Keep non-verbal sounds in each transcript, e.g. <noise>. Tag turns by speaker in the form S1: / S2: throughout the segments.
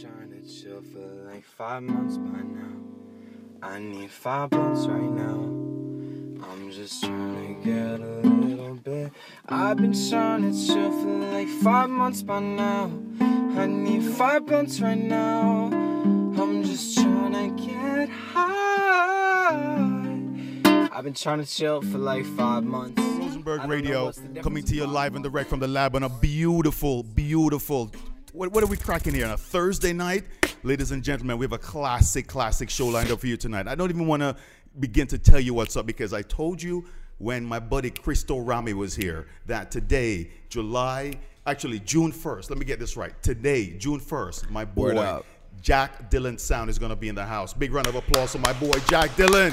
S1: trying to chill for like five months by now. I need five months right now. I'm just trying to get a little bit. I've been trying to chill for like five months by now. I need five months right now. I'm just trying to get high. I've been trying to chill for like five months. I
S2: Rosenberg
S1: don't know
S2: Radio
S1: what's the difference
S2: coming to you
S1: between
S2: live and direct from the lab on a beautiful, beautiful. What, what are we cracking here on a Thursday night? Ladies and gentlemen, we have a classic, classic show lined up for you tonight. I don't even want to begin to tell you what's up because I told you when my buddy Cristo Rami was here that today, July, actually June 1st, let me get this right. Today, June 1st, my
S3: Word
S2: boy
S3: up.
S2: Jack Dylan Sound is going to be in the house. Big round of applause for my boy Jack Dylan.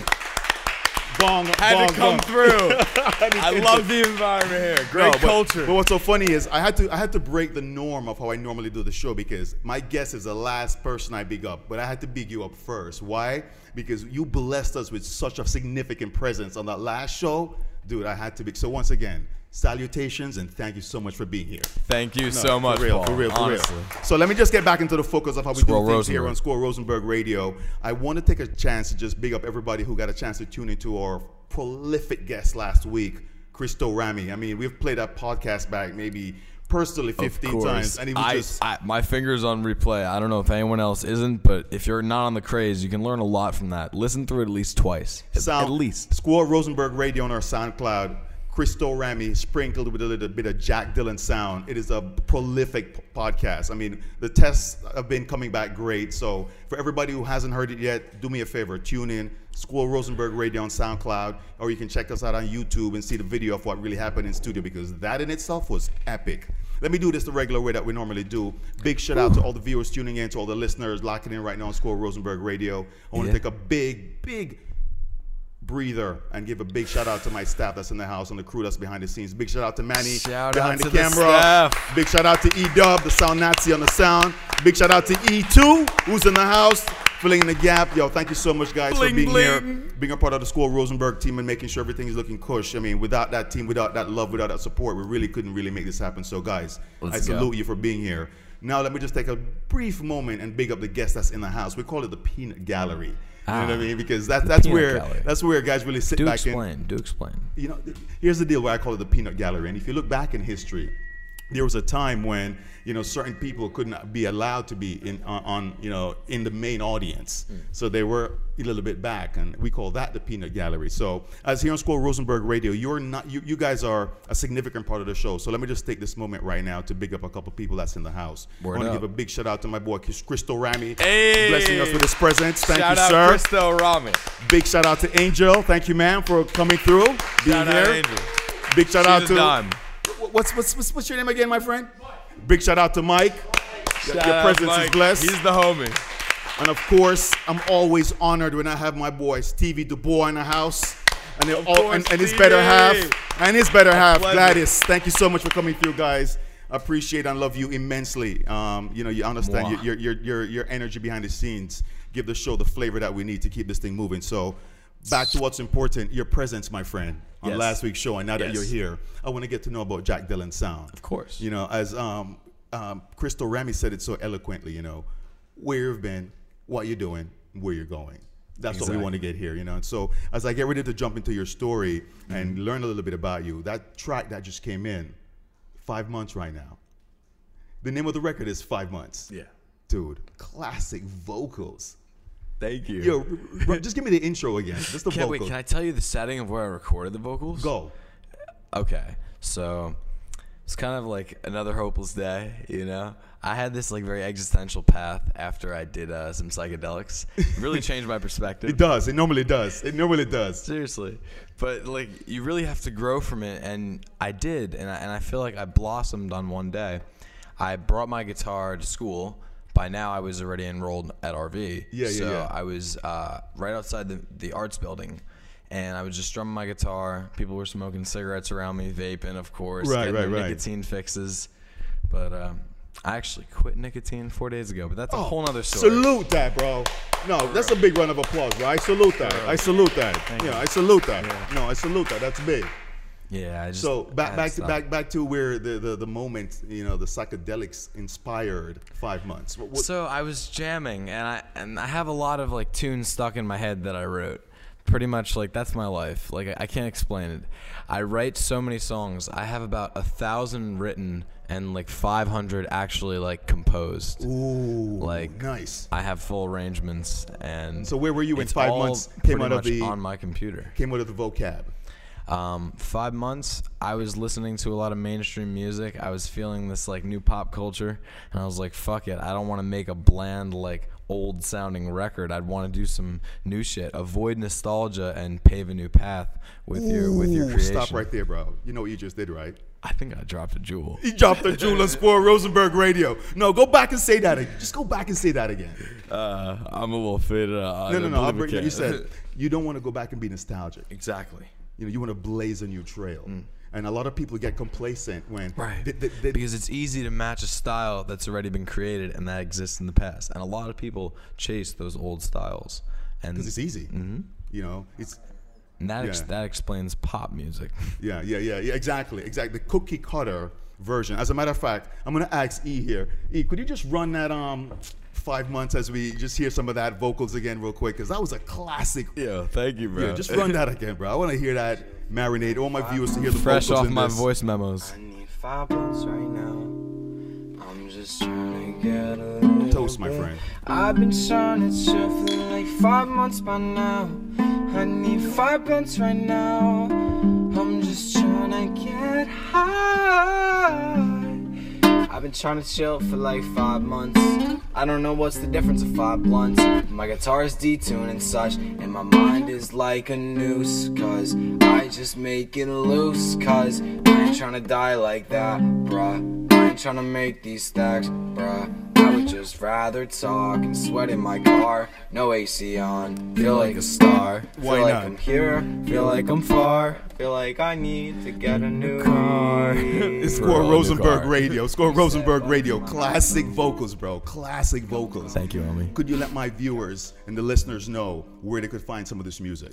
S2: Gong,
S3: Had
S2: gong,
S3: to come
S2: gong.
S3: through. I love the environment here. Great
S2: No, but-
S3: culture.
S2: But what's so funny is I had to I had to break the norm of how I normally do the show because my guest is the last person I big up, but I had to big you up first. Why? Because you blessed us with such a significant presence on that last show, dude. I had to big. So once again, salutations and thank you so much for being here.
S3: Thank you
S2: No,
S3: so much,
S2: for real,
S3: Paul.
S2: for real, for
S3: honestly.
S2: real. So let me just get back into the focus of how we
S3: Squirrel
S2: do things here
S3: Rosenberg.
S2: on Squirrel Rosenberg Radio. I want to take a chance to just big up everybody who got a chance to tune into our prolific guest last week, Christo Rami. I mean, we've played that podcast back maybe personally 15 times, and he was
S3: I,
S2: just
S3: I, my fingers on replay. I don't know if anyone else isn't, but if you're not on the craze, you can learn a lot from that. Listen through it at least twice. At-
S2: sound,
S3: at least.
S2: Squirrel Rosenberg Radio on our SoundCloud. Christo Rami sprinkled with a little bit of Jack Dylan sound. It is a prolific p- podcast. I mean, the tests have been coming back great. So for everybody who hasn't heard it yet, do me a favor, tune in Squirrel Rosenberg Radio on SoundCloud, or you can check us out on YouTube and see the video of what really happened in studio because that in itself was epic. Let me do this the regular way that we normally do. Big shout out to all the viewers tuning in, to all the listeners locking in right now on Squirrel Rosenberg Radio. I want to
S3: Yeah.
S2: take a big, big breather and give a big shout out to my staff that's in the house and the crew that's behind the scenes. Big shout out to Manny
S3: Shout
S2: behind
S3: out to
S2: the
S3: the
S2: camera.
S3: staff.
S2: Big shout out to E Dub, the sound Nazi on the sound. Big shout out to E2, who's in the house. Filling in the gap. Yo, thank you so much, guys, for
S3: Bling,
S2: being
S3: bling.
S2: here, being a part of the Squirrel Rosenberg team and making sure everything is looking cush. I mean, without that team, without that love, without that support, we really couldn't really make this happen. So, guys, I
S3: Let's go.
S2: salute you for being here. Now, let me just take a brief moment and big up the guest that's in the house. We call it the Peanut Gallery. You
S3: Ah.
S2: know what I mean? Because that, that's
S3: peanut
S2: where
S3: gallery.
S2: that's where guys really sit
S3: Do
S2: back
S3: explain. Do explain.
S2: in. You know, th- here's the deal where I call it the peanut gallery. And if you look back in history, there was a time when you know certain people could not be allowed to be in on, on you know in the main audience,
S3: Hmm.
S2: so they were a little bit back, and we call that the peanut gallery. So as here on Squirrel Rosenberg Radio, you're not you, you guys are a significant part of the show. So let me just take this moment right now to big up a couple people that's in the house.
S3: Word
S2: I want to
S3: up.
S2: give a big shout out to my boy Crystal Rami,
S3: Hey!
S2: blessing us with his presence. Thank
S3: Shout
S2: you,
S3: out
S2: sir.
S3: Christo Rami.
S2: Big shout out to Angel. Thank you, ma'am, for coming through, being
S3: Shout
S2: here.
S3: out Angel.
S2: Big shout out
S3: She's
S2: to
S3: a dime.
S2: What's, what's what's what's your name again, my friend? Big shout out to Mike. Your-
S3: Shout
S2: your
S3: out
S2: presence is
S3: Mike.
S2: blessed.
S3: He's the homie.
S2: and of course, I'm always honored when I have my boy Stevie Dubois in the house. And, they're all,
S3: course,
S2: and, and his better half.
S3: Stevie.
S2: And his better half,
S3: pleasure.
S2: Gladys. Thank you so much for coming through, guys. I appreciate and love you immensely. Um, you know, you understand
S3: Mwah.
S2: your, your, your, your, your energy behind the scenes. Give the show the flavor that we need to keep this thing moving. So, back to what's important your presence, my friend, on
S3: Yes.
S2: last week's show. And now that
S3: Yes.
S2: you're here, I want to get to know about Jack Dylan Sound. Of
S3: course.
S2: You know, as um, um, Crystal Remy said it so eloquently, you know, where you've been, what you're doing, where you're going. That's what we
S3: Exactly.
S2: want to get here, you know. And so as I get ready to jump into your story
S3: Mm-hmm.
S2: and learn a little bit about you, that track that just came in, five months right now. The name of the record is Five Months.
S3: Yeah.
S2: Dude, classic vocals.
S3: Thank you.
S2: Yo, bro, just give me the intro again. Just the
S3: can, wait,
S2: vocal.
S3: can I tell you the setting of where I recorded the vocals?
S2: Go.
S3: Okay, so it's kind of like another hopeless day, you know. I had this like very existential path after I did uh, some psychedelics. Really changed my perspective.
S2: It does. It normally does. It normally does.
S3: Seriously, but like you really have to grow from it, and I did, and I, and I feel like I blossomed on one day. I brought my guitar to school. By now, I was already enrolled at RV.
S2: Yeah, yeah,
S3: So
S2: yeah.
S3: I was uh, right outside the, the arts building, and I was just strumming my guitar. People were smoking cigarettes around me, vaping, of course,
S2: Right,
S3: getting
S2: right,
S3: their
S2: right.
S3: nicotine fixes. But um, I actually quit nicotine four days ago. But that's a
S2: Oh,
S3: whole other story.
S2: Salute that, bro. No, that's a big round of applause, bro. I salute that. I salute that. yeah, I salute that. No, I salute that. That's big.
S3: Yeah, I just
S2: So back
S3: I
S2: back to
S3: stopped.
S2: back back to where the, the, the moment you know the psychedelics inspired five months. What, what,
S3: So I was jamming, and I and I have a lot of like tunes stuck in my head that I wrote. Pretty much like that's my life. Like I, I can't explain it. I write so many songs. I have about a thousand written and like 500 actually like composed.
S2: ooh,
S3: like,
S2: nice.
S3: I have full arrangements and.
S2: So where were you when
S3: it's
S2: five
S3: all
S2: months
S3: pretty
S2: came out of
S3: much
S2: the-
S3: on my computer?
S2: Came out of the vocab.
S3: Um, five months, I was listening to a lot of mainstream music. I was feeling this like new pop culture, and I was like, "Fuck it! I don't want to make a bland like old sounding record. I'd want to do some new shit. Avoid nostalgia and pave a new path with your with your
S2: Ooh,
S3: creation."
S2: Stop right there, bro. You know what you just did, right?
S3: I think I dropped
S2: <laughs>
S3: a jewel.
S2: He dropped the jewel and squirrel Rosenberg radio. No, go back and say that. ag- Just go back and say that again.
S3: Uh, I'm a little faded. out. I
S2: No, no,
S3: don't
S2: no. I'll
S3: believe
S2: bring
S3: it
S2: you
S3: can. <laughs>
S2: said you don't want to go back and be nostalgic.
S3: exactly.
S2: You know, you want to blaze a new trail. And a lot of people get complacent when
S3: Mm. Right.
S2: they- they- they-
S3: because it's easy to match a style that's already been created and that exists in the past. And a lot of people chase those old styles. And,
S2: because it's easy.
S3: mm-hmm.
S2: You know, it's
S3: and that, ex-
S2: yeah.
S3: that explains pop music. <laughs>
S2: Yeah, yeah, yeah, yeah, exactly, exactly. The cookie cutter version. As a matter of fact, I'm gonna ask E here. E, could you just run that um five months as we just hear some of that vocals again real quick? Because that was a classic.
S3: Yeah, thank you, bro.
S2: Yeah, just run that again, bro. I want to hear that marinade. All my viewers to hear the
S3: fresh
S2: vocals
S3: off
S2: in
S3: my
S2: this.
S3: voice memos.
S1: I need five bucks right now. I'm just trying to get a little
S2: Toast, my
S1: bit.
S2: friend.
S1: I've been trying to chill for like five months by now. I need five bucks right now. I'm just trying to get high. I've been trying to chill for like five months. I don't know what's the difference of five blunts. My guitar is detuned and such, and my mind is like a noose. Cause I just make it loose. Cause I ain't trying to die like that, bruh. I ain't trying to make these stacks, bruh. I would just rather talk and sweat in my car. No AC on, feel like a star.
S2: Why
S1: feel like
S2: not?
S1: I'm here, feel like I'm far. Feel like I need to get a new car. <laughs>
S2: <laughs> It's
S3: For
S2: Score
S3: all new
S2: Rosenberg
S3: guard.
S2: Radio.
S3: <laughs>
S2: Score Rosenberg Radio. Classic vocals, bro. Classic vocals.
S3: Thank you, homie.
S2: Could you let my viewers and the listeners know where they could find some of this music?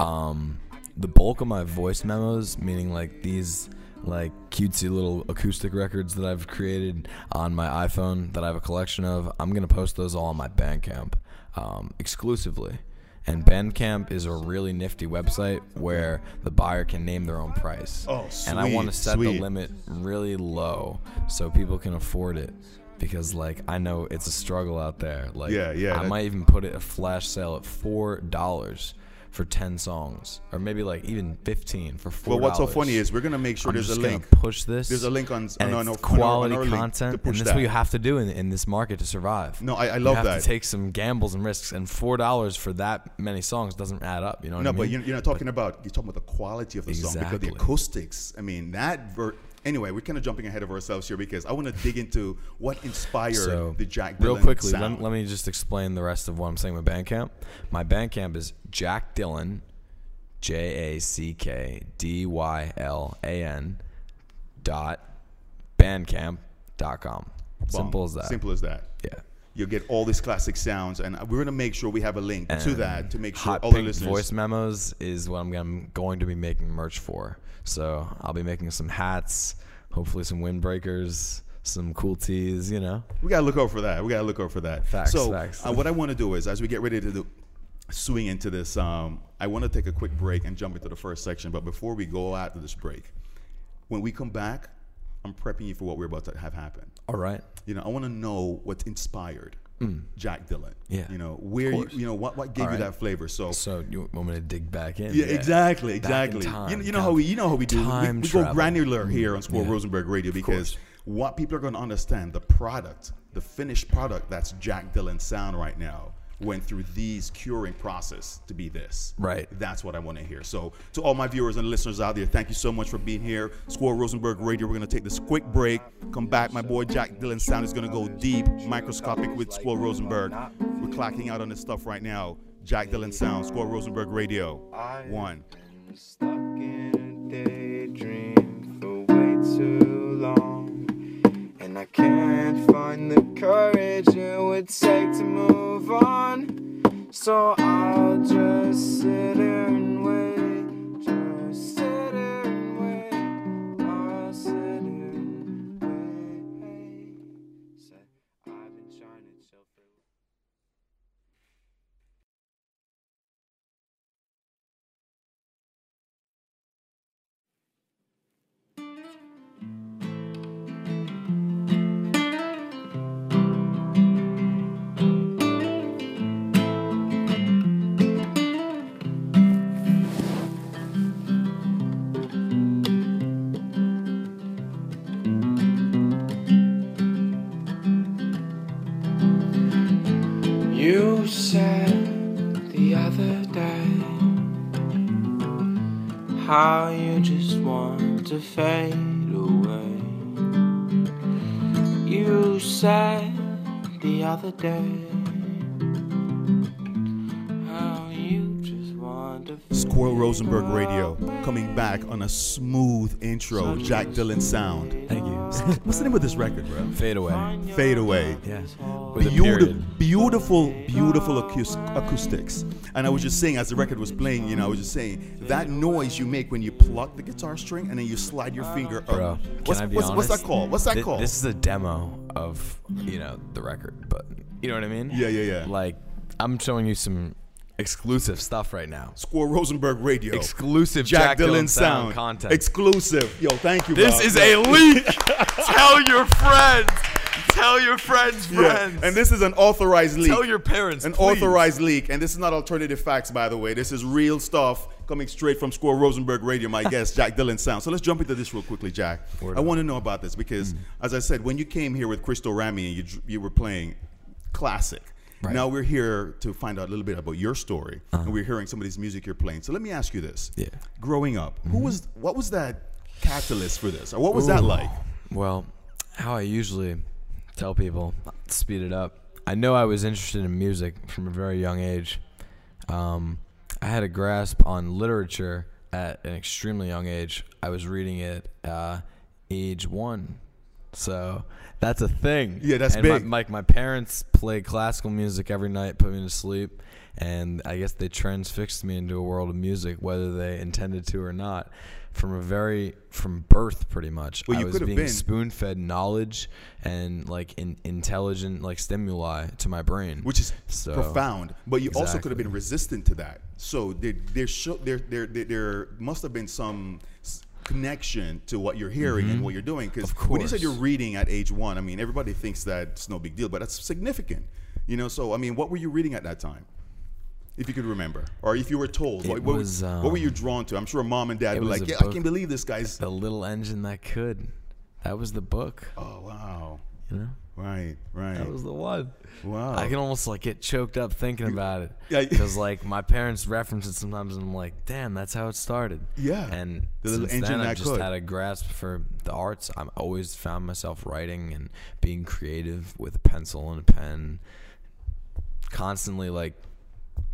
S3: um the bulk of my voice memos meaning like these like cutesy little acoustic records that i've created on my iphone that i have a collection of i'm gonna post those all on my bandcamp um, exclusively and bandcamp is a really nifty website where the buyer can name their own price
S2: Oh,
S3: and i want to
S2: sweet,
S3: set the
S2: sweet.
S3: limit really low so people can afford it because like i know it's a struggle out there like
S2: Yeah, yeah,
S3: i
S2: that-
S3: might I even put it a flash sale at four dollars for ten songs, or maybe like even fifteen for four.
S2: Well, what's so funny is we're gonna make sure
S3: I'm
S2: there's
S3: just
S2: a
S3: gonna
S2: link.
S3: Push this.
S2: There's a link on-
S3: and
S2: on- on-
S3: it's
S2: on-
S3: quality
S2: on our link to
S3: content,
S2: push
S3: and that's
S2: that.
S3: what you have to do in, in this market to survive.
S2: No, I- I
S3: You
S2: love
S3: have
S2: that.
S3: To take some gambles and risks, and four dollars for that many songs doesn't add up. You know what
S2: No,
S3: I mean?
S2: but you're, you're not talking about you're talking about the quality of the song because the
S3: Exactly.
S2: acoustics. I mean that. Ver- anyway, we're kind of jumping ahead of ourselves here because I want to dig into what inspired
S3: so
S2: the Jack Dylan
S3: real quickly
S2: sound.
S3: Let, let me just explain the rest of what i'm saying with bandcamp my bandcamp is jack dylan j-a-c-k-d-y-l-a-n dot bandcamp dot com
S2: Boom.
S3: simple as that
S2: Simple as that.
S3: yeah
S2: You'll get all these classic sounds, and we're gonna make sure we have a link to
S3: And
S2: that to make sure
S3: hot
S2: all the
S3: pink
S2: listeners.
S3: voice memos is what I'm gonna- I'm going to be making merch for. So I'll be making some hats, hopefully some windbreakers, some cool tees. You know,
S2: We gotta look out for that. We gotta look out for that.
S3: Facts,
S2: So,
S3: facts.
S2: Uh, what I want to do is, as we get ready to do, swing into this, um, I want to take a quick break and jump into the first section. But before we go out to this break, when we come back, I'm prepping you for what we're about to have happen.
S3: all right.
S2: You know, I want to know what's inspired Jack Dylan.
S3: Hmm. Yeah,
S2: You know, where you,
S3: course.
S2: you know what what gave
S3: All
S2: you
S3: right.
S2: that flavor. So.
S3: So you want me to dig back in?
S2: yeah, exactly,
S3: Back in
S2: exactly. you,
S3: time,
S2: know- you know
S3: God.
S2: how we, you know how we do. We-
S3: Time
S2: we go
S3: travel. Mm-hmm.
S2: granular here on Squirrel
S3: Yeah.
S2: Rosenberg Radio because
S3: course.
S2: what people are going to understand the product, the finished product that's Jack Dylan's sound right now went through these curing process to be this.
S3: Right.
S2: That's what I want to hear. So to all my viewers and listeners out there, thank you so much for being here. Squirrel Rosenberg Radio. We're going to take this quick break. Come back. My boy Jack Dylan sound is going to go deep, microscopic with Squirrel Rosenberg. We're clocking out on this stuff right now. Jack Dylan sound, Squirrel Rosenberg Radio. One.
S1: been stuck in a daydream for way too long. And I can't find the courage it would take to move on. So I'll just sit here and wait. Just sit here and wait. you said the other day how you just want to fade away. You said the other day how you just want to fade
S2: Squirrel Rosenberg Radio, coming back on a smooth intro, Jack Dylan sound.
S4: Thank you.
S2: What's the name of this record, bro?
S3: Fade away.
S2: Fade Away.
S4: Yeah.
S3: With a
S2: Beautiful,
S3: period.
S2: beautiful, beautiful acous- acoustics. And I was just saying, as the record was playing, you know, I was just saying that noise you make when you pluck the guitar string and then you slide your finger up.
S3: Bro, can
S2: what's,
S3: I be
S2: what's, what's
S3: honest?
S2: that called? What's that
S3: Thi-
S2: called?
S3: This is a demo of you know the record, but you know what I mean?
S2: Yeah, yeah, yeah.
S3: Like I'm showing you some exclusive stuff right now.
S2: Squirrel Rosenberg Radio.
S3: Exclusive
S2: Jack, Dylan,
S3: sound
S2: sound
S3: content.
S2: Exclusive. Yo, thank you.
S3: this
S2: bro.
S3: is
S2: Yo.
S3: a <laughs> leak. Tell your friends. Tell your friends,
S2: Yeah.
S3: friends.
S2: And this is an authorized leak.
S3: Tell your parents.
S2: an
S3: please.
S2: authorized leak, and this is not alternative facts, by the way. This is real stuff coming straight from Squirrel Rosenberg Radio,
S3: <laughs>
S2: my guest, Jack Dylan Sound. So let's jump into this real quickly, Jack. I want to know about this
S3: Mm.
S2: because, as I said, when you came here with Crystal Rami and you, dr- you were playing classic. Now we're here to find out a little bit about your story,
S3: Uh-huh.
S2: and we're hearing some of these music you're playing. So let me ask you this:
S3: Yeah.
S2: growing up, who
S3: Mm-hmm.
S2: was what was that catalyst for this, or what was that like?
S3: Well, how I usually tell people, to speed it up. I know I was interested in music from a very young age. Um, I had a grasp on literature at an extremely young age. I was reading it uh, age one. So that's a thing.
S2: Yeah, that's
S3: and my-
S2: big.
S3: like my parents played classical music every night, put me to sleep, and I guess they transfixed me into a world of music, whether they intended to or not, from a very from birth, pretty much.
S2: Well, you
S3: I was
S2: could have
S3: being
S2: been.
S3: spoon-fed knowledge and like in, intelligent like stimuli to my brain,
S2: which is
S3: So-
S2: profound. But you also could have been
S3: Exactly.
S2: resistant to that. So there, there, sho there, there, there, there must have been some s- connection to what you're hearing and what you're doing. Because
S3: Mm-hmm. Of
S2: when you said
S3: course.
S2: you're reading at age one, I mean, everybody thinks that's no big deal, but that's significant. You know, so I mean, what were you reading at that time? If you could remember, or if you were told, what,
S3: It
S2: what,
S3: was,
S2: what were you
S3: um,
S2: drawn to? I'm sure mom and dad
S3: it
S2: were
S3: was
S2: like,
S3: a
S2: "Yeah, I
S3: book-
S2: can't believe this guy's."
S3: the little engine that could. That was the book.
S2: Oh wow!
S3: You know,
S2: Right, right.
S3: that was the one.
S2: wow.
S3: I can almost like get choked up thinking about it.
S2: Yeah. <laughs>
S3: Because like my parents reference it sometimes, and I'm like, damn, that's how it started.
S2: Yeah.
S3: And
S2: The little
S3: since
S2: engine
S3: then,
S2: that
S3: I've just
S2: could.
S3: had a grasp for the arts. I've always found myself writing and being creative with a pencil and a pen, constantly like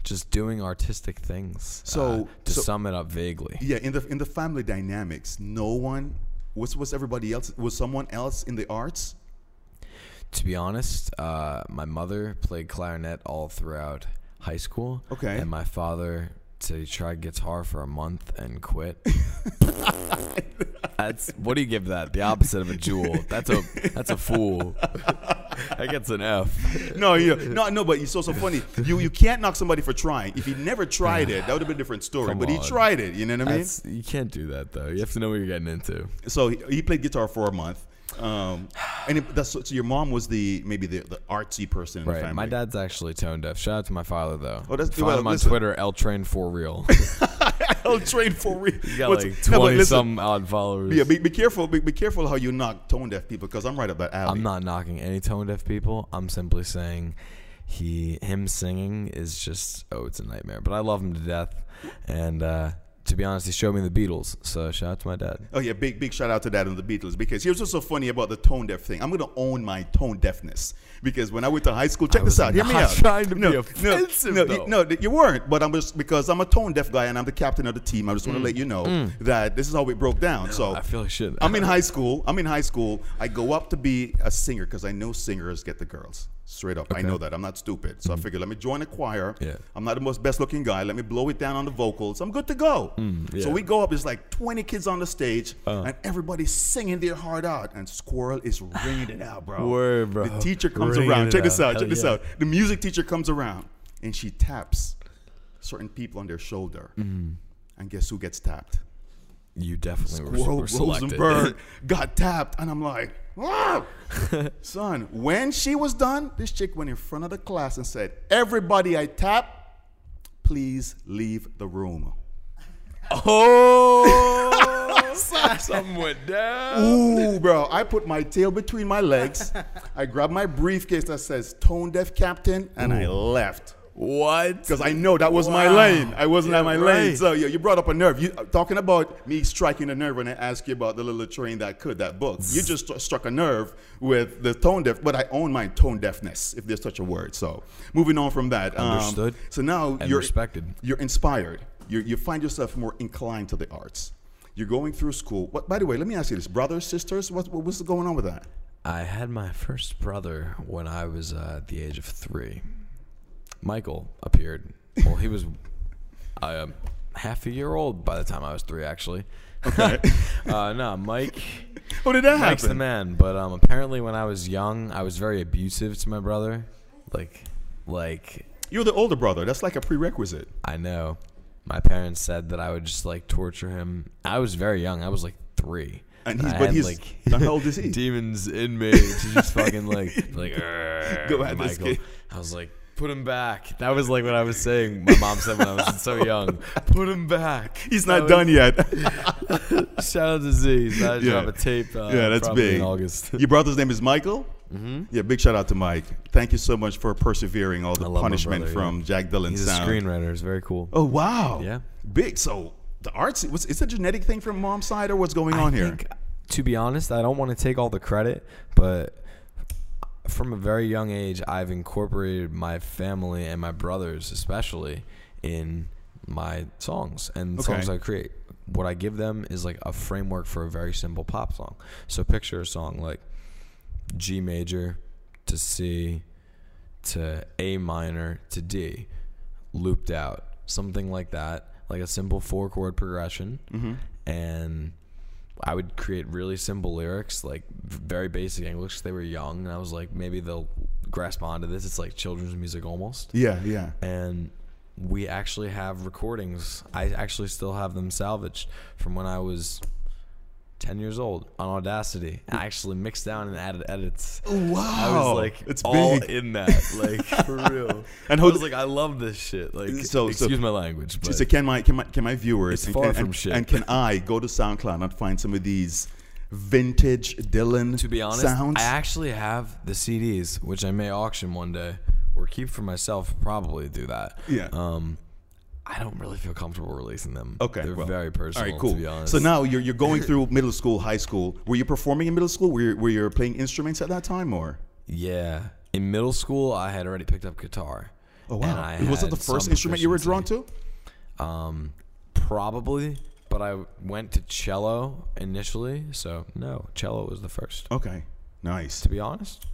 S3: just doing artistic things.
S2: So-
S3: uh, to
S2: so-
S3: sum it up vaguely,
S2: Yeah, in the in the family dynamics, no one was was everybody else was someone else in the arts.
S3: to be honest, uh, my mother played clarinet all throughout high school.
S2: Okay.
S3: And my father said he tried guitar for a month and quit.
S2: <laughs>
S3: that's what do you give that? The opposite of a jewel. That's a that's a fool. that gets an F.
S2: No, yeah, no, no. But it's also funny. You you can't knock somebody for trying. If he never tried it, that would have been a different story.
S3: Come
S2: but he
S3: on.
S2: tried it. You know what I mean?
S3: That's, you can't do that though. You have to know what you're getting into.
S2: So he, he played guitar for a month. Um, and it, that's so your mom was the maybe the, the artsy person in the
S3: Right.
S2: family. <laughs>
S3: My dad's actually tone deaf. Shout out to my father though.
S2: Oh, that's-
S3: Find
S2: well,
S3: him on
S2: listen.
S3: Twitter. L Train
S2: <laughs>
S3: for real.
S2: I'll train for real.
S3: He got
S2: What's-
S3: like
S2: <laughs> no, but
S3: twenty
S2: listen,
S3: some odd followers.
S2: Yeah, be, be careful. Be, be careful how you knock tone deaf people because I'm right up that alley.
S3: I'm not knocking any tone deaf people. I'm simply saying he him singing is just oh, it's a nightmare. But I love him to death. And uh, to be honest, he showed me the Beatles. So shout out to my dad.
S2: Oh yeah, big big shout out to that and the Beatles because here's what's so funny about the tone deaf thing. I'm gonna own my tone deafness because when I went to high school, check
S3: I
S2: this
S3: was
S2: out. Hear me
S3: not
S2: out.
S3: trying to be
S2: no,
S3: offensive,
S2: no,
S3: though.
S2: No, you, no, you weren't. But I'm just because I'm a tone deaf guy and I'm the captain of the team. I just want to let you know that this is how it broke down. so
S3: Mm. I feel like shit.
S2: I'm in high school. I'm in high school. I go up to be a singer because I know singers get the girls. Straight up, I know that. I'm not stupid. So I figured, let me join a choir.
S3: Mm-hmm. Yeah.
S2: I'm not the most best looking guy. Let me blow it down on the vocals. I'm good to go. So
S3: Mm, yeah. Uh.
S2: we go up. There's like 20 kids on the stage, and everybody's singing their heart out. And Squirrel is ringing it out, bro.
S3: Word, bro.
S2: The teacher comes
S3: Ringing
S2: around.
S3: it
S2: Check this
S3: out.
S2: out. Check
S3: Hell
S2: this
S3: yeah.
S2: out. The music teacher comes around, and she taps certain people on their shoulder.
S3: Mm-hmm.
S2: And guess who gets tapped?
S3: You definitely were,
S2: Ro-
S3: were selected.
S2: Rosenberg got tapped, and I'm like, "Wow." son. When she was done, this chick went in front of the class and said, "Everybody, I tap, please leave the room."
S3: <laughs> oh, <laughs> something went down.
S2: Ooh, bro! I put my tail between my legs. I grabbed my briefcase that says "Tone Deaf Captain" and I left.
S3: What?
S2: because I know that was my
S3: Wow.
S2: lane. I wasn't
S3: Yeah,
S2: at my lane.
S3: right.
S2: So yeah, you brought up a nerve. You talking about me striking a nerve when I asked you about the little train that could that book. You just st- struck a nerve with the tone deaf, but I own my tone deafness, if there's such a word. So moving on from that, um,
S3: Understood.
S2: so now
S3: And
S2: you're
S3: respected.
S2: You're inspired. you you find yourself more inclined to the arts. You're going through school. What, by the way, let me ask you this: brothers, sisters, what, what was going on with that?
S3: I had my first brother when I was uh, at the age of three. Michael appeared. Well, he was <laughs> uh, half a year old by the time I was three, actually. Okay. <laughs> uh, no, Mike.
S2: How did that
S3: Mike's the
S2: happen?
S3: man. But um, apparently, when I was young, I was very abusive to my brother. Like, like
S2: You're the older brother. That's like a prerequisite.
S3: I know. My parents said that I would just like torture him. I was very young. I was like three.
S2: And he's-
S3: I
S2: but
S3: had,
S2: he's- now how old is he?
S3: <laughs> Demons in me to just fucking like like
S2: <laughs>
S3: go
S2: at this kid.
S3: I was like, put him back. That was like what I was saying. My mom said when I was
S2: <laughs>
S3: so young, put him back.
S2: He's not
S3: Oh,
S2: done yet. <laughs>
S3: yet. Shout out to Z. So I
S2: Yeah.
S3: drop a tape. Uh,
S2: yeah, that's
S3: probably
S2: big.
S3: In
S2: <laughs>
S3: August.
S2: Your brother's name is Michael. Mm-hmm. Yeah, big shout out to Mike. Thank you so much for persevering all the
S3: love my
S2: punishment
S3: brother,
S2: from Jack Dylan
S3: He's a
S2: sound.
S3: screenwriter. It's very cool.
S2: Oh wow.
S3: Yeah.
S2: Big. So the arts was it's a genetic thing from mom's side or what's going on
S3: I
S2: here?
S3: think, to be honest, I don't want to take all the credit, but from a very young age, I've incorporated my family and my brothers, especially, in my songs and the
S2: Okay.
S3: songs I create. What I give them is like a framework for a very simple pop song. So picture a song like G major to C to A minor to D, looped out, something like that, like a simple four chord progression. And I would create really simple lyrics, like v- very basic English. 'cause They were young, and I was like, maybe they'll grasp onto this. It's like children's music almost.
S2: yeah, yeah.
S3: And we actually have recordings. I actually still have them salvaged from when I was. 10 years old on Audacity. I actually mixed down and added edits.
S2: Wow.
S3: I was like
S2: it's
S3: all
S2: big.
S3: in that,
S2: <laughs>
S3: like for real.
S2: And
S3: And I
S2: hold-
S3: was like, I love this shit. Like,
S2: So- so-
S3: excuse my language, but
S2: So can my can my can my viewers
S3: It's
S2: and,
S3: far
S2: and,
S3: from
S2: and-
S3: shit.
S2: and can I go to SoundCloud and find some of these vintage Dylan
S3: to be honest,
S2: sounds?
S3: I actually have the CDs, which I may auction one day or keep for myself. Probably do that.
S2: Yeah.
S3: Um, I don't really feel comfortable releasing them.
S2: Okay,
S3: They're
S2: well,
S3: very personal.
S2: All right, cool.
S3: To be honest.
S2: So now you're, you're
S3: <laughs>
S2: going through middle school, high school. Were you performing in middle school? Were you, were you playing instruments at that time, or
S3: yeah, in middle school, I had already picked up guitar.
S2: oh
S3: and
S2: wow,
S3: I
S2: was it
S3: had
S2: the first
S3: some
S2: instrument you were drawn
S3: proficiency.
S2: to?
S3: Um, probably, but I went to cello initially, so no, cello was the first.
S2: Okay, nice.
S3: To be honest,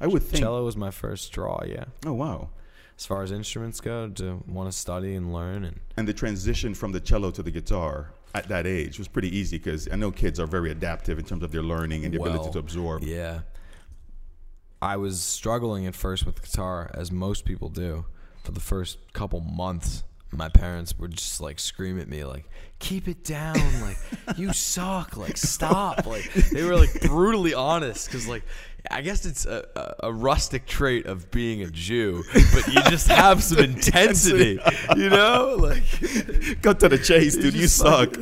S2: I would think.
S3: cello was my first draw. Yeah,
S2: Oh wow,
S3: as far as instruments go, to want to study and learn, and
S2: and the transition from the cello to the guitar at that age was pretty easy because I know kids are very adaptive in terms of their learning and their ability
S3: well,
S2: to absorb.
S3: Yeah, I was struggling at first with guitar, as most people do, for the first couple months. My parents would just like scream at me, like, keep it down.
S2: <laughs>
S3: Like, you suck. Like, stop. Like, they were like brutally honest because, like, I guess it's a, a, a rustic trait of being a Jew, but you just have
S2: <laughs>
S3: some intensity, you know? Like,
S2: <laughs> Cut to the
S3: <laughs>
S2: chase, dude. You
S3: just
S2: suck.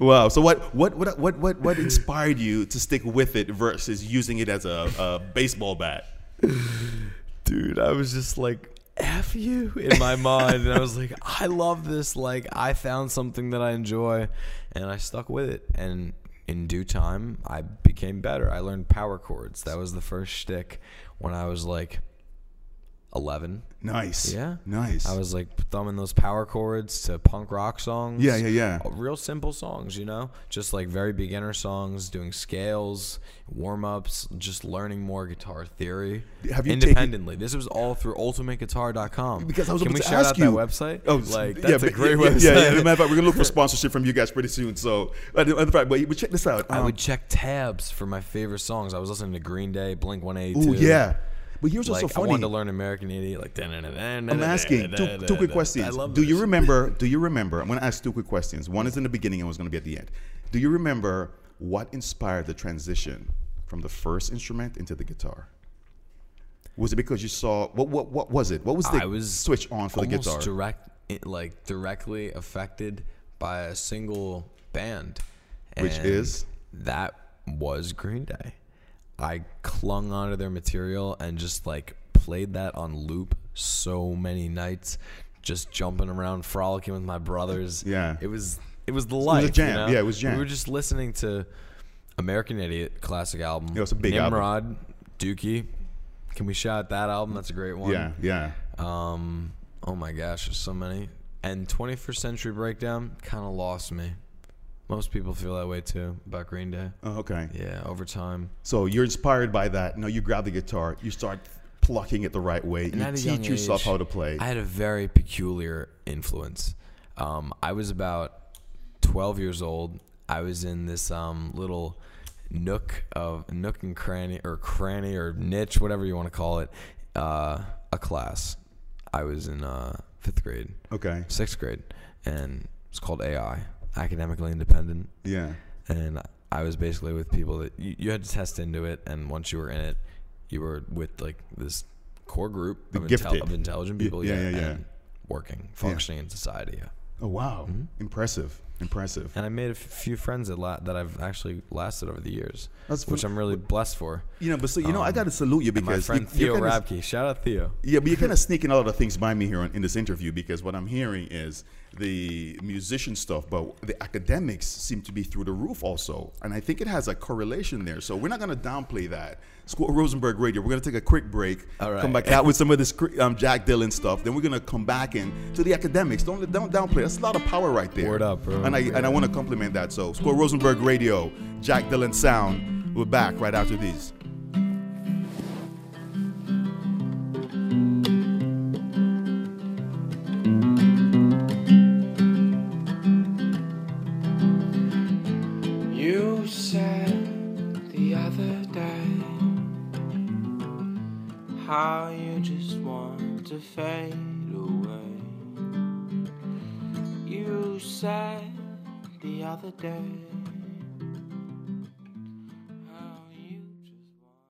S2: Wow. So what what what what what what inspired you to stick with it versus using it as a, a baseball bat?
S3: dude, I was just like, F you in my mind. And I was like, I love this. Like, I found something that I enjoy. And I stuck with it. And in due time, I became better. I learned power chords. That was the first shtick when I was like 11.
S2: Nice.
S3: Yeah.
S2: Nice.
S3: I was like thumbing those power chords to punk rock songs.
S2: Yeah, yeah, yeah.
S3: Real simple songs, you know? Just like very beginner songs, doing scales, warm ups, just learning more guitar theory
S2: Have you taken-
S3: independently. this was all through ultimateguitar.com.
S2: Because I was
S3: Can
S2: about
S3: we
S2: to
S3: shout
S2: ask
S3: out
S2: you.
S3: that website?
S2: Oh,
S3: like
S2: yeah,
S3: that's a
S2: but-
S3: great
S2: yeah,
S3: website.
S2: Yeah, yeah. As a matter of fact, we're gonna look
S3: <laughs>
S2: for sponsorship from you guys pretty soon. So, uh, matter of fact, but, but check this out.
S3: I
S2: Um,
S3: would check tabs for my favorite songs. I was listening to Green Day, Blink 182.
S2: Ooh, yeah. But here's
S3: Like,
S2: what's so
S3: I
S2: funny.
S3: wanted to learn American Idiot. Like, I'm
S2: I'm asking two, two quick questions.
S3: I love
S2: do you
S3: those.
S2: remember? Do you remember? I'm going to ask two quick questions. One is in the beginning and one's going to be at the end. Do you remember what inspired the transition from the first instrument into the guitar? Was it because you saw what what what was it? What was the
S3: I was
S2: switch on for the
S3: almost
S2: guitar?
S3: Direct, it, like directly affected by a single band,
S2: Which
S3: And
S2: is?
S3: that was Green Day. I clung onto their material and just like p- played that on loop so many nights, just jumping around, frolicking with my brothers.
S2: Yeah.
S3: it was it was the life. you
S2: jam.
S3: know?
S2: Yeah, it was jam.
S3: We were just listening to American Idiot classic album.
S2: Yeah, it's a big album.
S3: Nimrod, Dookie. Can we shout that album? That's a great one.
S2: Yeah, yeah.
S3: Um. Oh my gosh, there's so many. And 21st Century Breakdown kind of lost me. Most people feel that way too about Green Day.
S2: Oh, okay.
S3: Yeah, over time.
S2: So you're inspired by that. No, you grab the guitar, you start plucking it the right way,
S3: And
S2: you
S3: at a young
S2: teach yourself
S3: age,
S2: how to play.
S3: I had a very peculiar influence. Um, I was about 12 years old. I was in this um, little nook of nook and cranny or cranny or niche, whatever you want to call it, uh, a class. I was in uh, fifth grade,
S2: okay.
S3: sixth grade, and it's called AI, academically independent
S2: Yeah.
S3: and I was basically with people that you, you had to test into it, and once you were in it, you were with like this core group
S2: The
S3: of,
S2: gifted.
S3: of intelligent
S2: Y-
S3: people,
S2: yeah, yeah, yeah.
S3: and working, functioning in society. Yeah.
S2: Oh wow.
S3: Mm-hmm.
S2: Impressive. Impressive.
S3: And I made a f- few friends that la- that I've actually lasted over the years,
S2: That's
S3: which
S2: fen-
S3: I'm really blessed for.
S2: You know, but so you know, I
S3: Um,
S2: gotta salute you
S3: And my
S2: because
S3: friend
S2: you, you're
S3: Theo
S2: kinda-
S3: Rabke, shout out Theo.
S2: Yeah, but you're kind of sneaking a lot of things by me here on, in this interview because what I'm hearing is the musician stuff, but the academics seem to be through the roof also. And I think it has a correlation there. So we're not going to downplay that. School Rosenberg Radio, we're going to take a quick break,
S3: All right.
S2: come back out with some of this cr- um, Jack Dylan stuff. Then we're going to come back in to the academics. Don't, don't downplay. That's a lot of power right there.
S3: Word up, bro.
S2: And I, and I want to compliment that. So School Rosenberg Radio, Jack Dylan Sound. We're back right after these.
S1: You said the other day how you just want to fade away. You said the other day how you just want.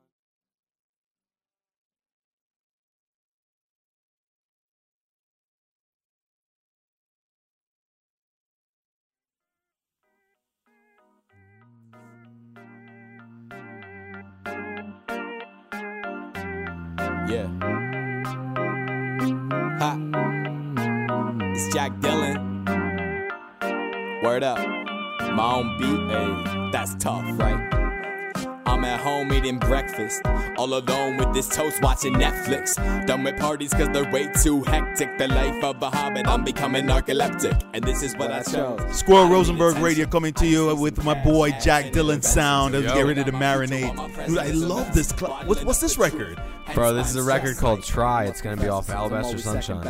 S4: Yeah. Ha. It's Jack Dylan. Word up. My own beat, hey, that's tough, right? I'm at home eating breakfast, all alone with this toast, watching Netflix. Done with parties cause they're way too hectic. The life of a hobbit, I'm becoming narcoleptic. And this is what I chose.
S2: Squirrel Rosenberg Radio coming to you with my boy Jack Dylan Sound. Let's get
S3: Yo.
S2: ready to marinate. Dude, I love this. Cl- what, what's this record?
S3: Bro, this is a record called Try. It's gonna be off Alabaster Sunshine.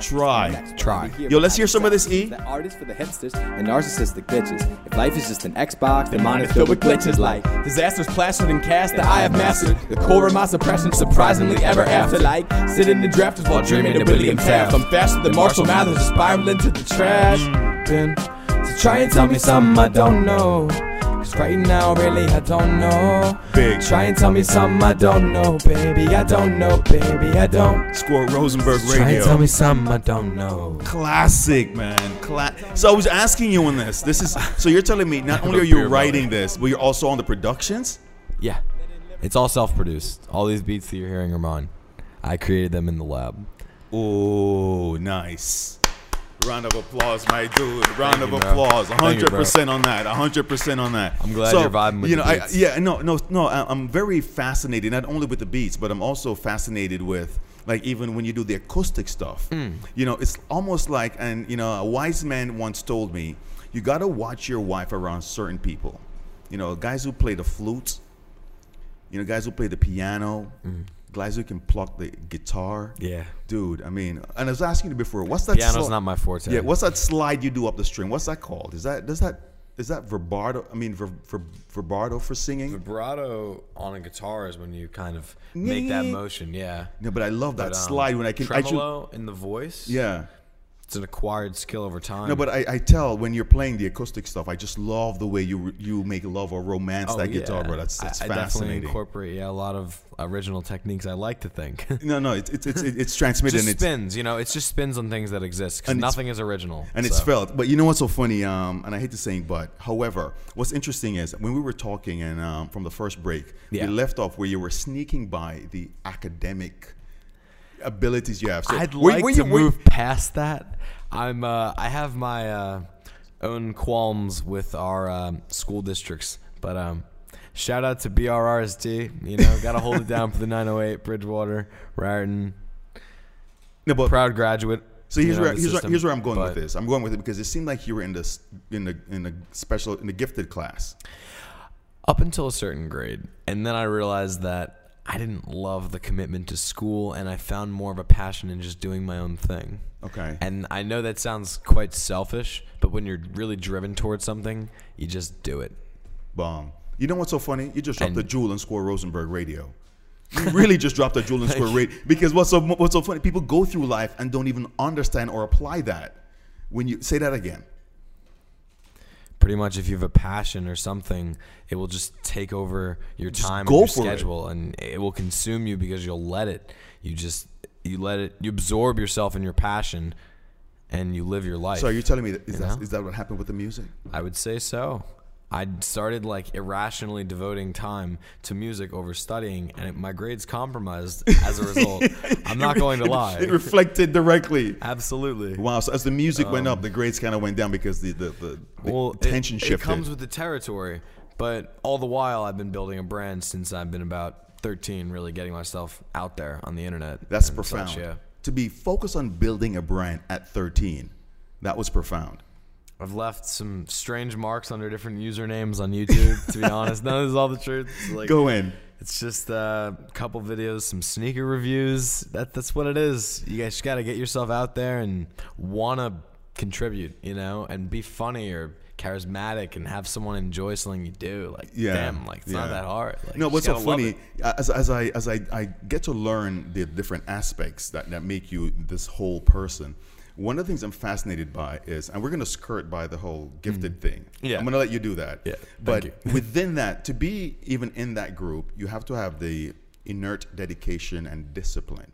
S2: Try.
S3: Try.
S2: Yo, let's hear some of this, E.
S5: The artists for the hipsters and narcissistic bitches. If life is just an Xbox, then
S4: Mine is filled with glitches like disasters plastered and cast that I have mastered. The core of my suppression, surprisingly ever after. Like sitting in drafters while dreaming of William Taft. I'm faster than Marshall Mathers, Mm. spiraling to the trash. Then, so try and tell me something I don't know. Cause right now, really, I don't know.
S2: Big.
S4: Try and tell me something I don't know, baby. I don't know, baby. I don't.
S2: Squirrel Rosenberg
S4: Try and tell
S2: Radio.
S4: me something I don't know.
S2: Classic, man. Cla- so I was asking you on this. This is so you're telling me not only are you
S3: Beer belly.
S2: writing this, but you're also on the productions.
S3: Yeah, it's all self-produced. All these beats that you're hearing are mine. I created them in the lab.
S2: Oh, nice. Round of applause, my dude. Round
S3: Thank
S2: of
S3: you, bro.
S2: applause.
S3: Thank you, bro.
S2: 100% on that. 100% on that. I'm
S3: glad you're vibing with
S2: you know,
S3: the
S2: I-
S3: beats.
S2: yeah, no, no, no. I- I'm very fascinated, not only with the beats, but I'm also fascinated with, like, even when you do the acoustic stuff.
S3: Hmm.
S2: You know, it's almost like, and, you know, a wise man once told me, you got to watch your wife around certain people. You know, guys who play the flute, you know, guys who play the piano,
S3: Hmm.
S2: guys who can pluck the guitar.
S3: Yeah.
S2: Dude, I mean, and I was asking you before, what's that?
S3: Piano's
S2: sli-
S3: not my forte.
S2: Yeah, what's that slide you do up the string? What's that called? Is that does that is that vibrato? I mean, ver, ver, vibrato for singing?
S3: Vibrato on a guitar is when you kind of make that
S2: Yeah.
S3: motion, yeah.
S2: No, but I love that
S3: But, um,
S2: slide when I can. I ju-
S3: tremolo in the voice.
S2: yeah.
S3: it's an acquired skill over time.
S2: No, but I, I tell when you're playing the acoustic stuff, I just love the way you you make love or romance that guitar, bro. That's, that's
S3: Oh, I, I
S2: fascinating.
S3: definitely incorporate yeah, a lot of original techniques. I like to think. <laughs>
S2: no, no, it's it's it's, it's transmitted
S3: just
S2: and it's
S3: spins, you know. It's just spins on things that exist 'cause
S2: And it's-
S3: nothing is original.
S2: and it's
S3: so.
S2: felt. But you know what's so funny? Um, and I hate to say, but however, what's interesting is when we were talking and um, from the first break,
S3: Yeah.
S2: we left off where you were sneaking by the academic abilities you have. So
S3: I'd
S2: were-
S3: like
S2: were
S3: to
S2: you- were you-
S3: move past that. I'm. Uh, I have my uh, own qualms with our um, school districts, but um, shout out to BRRSD. You know, got to hold it down for the <laughs> 908 Bridgewater Raritan.
S2: No, but-
S3: Proud graduate.
S2: So here's
S3: you know,
S2: where
S3: of the
S2: here's, where
S3: system,
S2: here's where I'm going with
S3: but-
S2: this. I'm going with it because it seemed like you were in this in the in the special in the gifted class.
S3: up until a certain grade. And then I realized that I didn't love the commitment to school and I found more of a passion in just doing my own thing.
S2: Okay.
S3: And I know that sounds quite selfish, but when you're really driven towards something, you just do it.
S2: Bomb. You know what's so funny? You just dropped
S3: And-
S2: a jewel and score Rosenberg radio. You really just dropped a jewel and
S3: <laughs>
S2: score radio because what's so what's so funny? People go through life and don't even understand or apply that. When you say that again,
S3: Pretty much if you have a passion or something, it will just take over your time
S2: go
S3: and your
S2: for it.
S3: schedule and it will consume you because you'll let it. You just you let it you absorb yourself in your passion and you live your life.
S2: so are you telling me that is,
S3: You
S2: that,
S3: know?
S2: is that what happened with the music?
S3: I would say so. I started like irrationally devoting time to music over studying, and it, my grades compromised as a
S2: <laughs>
S3: result. I'm not going to
S2: It
S3: lie.
S2: reflected
S3: <laughs>
S2: directly.
S3: Absolutely.
S2: Wow. So as the music went up, the grades kind of went down because the the, the, the
S3: Um, Well, it-
S2: tension
S3: it,
S2: shifted.
S3: comes with the territory, but all the while I've been building a brand since I've been about 13, really getting myself out there on the internet.
S2: That's
S3: and
S2: profound.
S3: Such, yeah.
S2: To be focused on building a brand at 13, that was profound.
S3: I've left some strange marks under different usernames on YouTube.
S2: <laughs>
S3: To be honest, no, this is all the truth. It's Like,
S2: Go in.
S3: It's just uh, a couple videos, some sneaker reviews. That that's what it is. You guys got to get yourself out there and want to contribute, you know, and be funny or charismatic and have someone enjoy something you do. Like,
S2: Yeah.
S3: damn, like it's not
S2: yeah.
S3: that hard. Like,
S2: no,
S3: you
S2: what's
S3: just
S2: so
S3: gotta love
S2: funny uh,
S3: it.
S2: as, as I as I, I get to learn the different aspects that, that make you this whole person. One of the things I'm fascinated by is, and we're going to skirt by the whole gifted thing.
S3: Mm-hmm. Yeah.
S2: I'm going to let you do that.
S3: Yeah,
S2: But
S3: <laughs> thank
S2: within that, to be even in that group, you have to have the inert dedication and discipline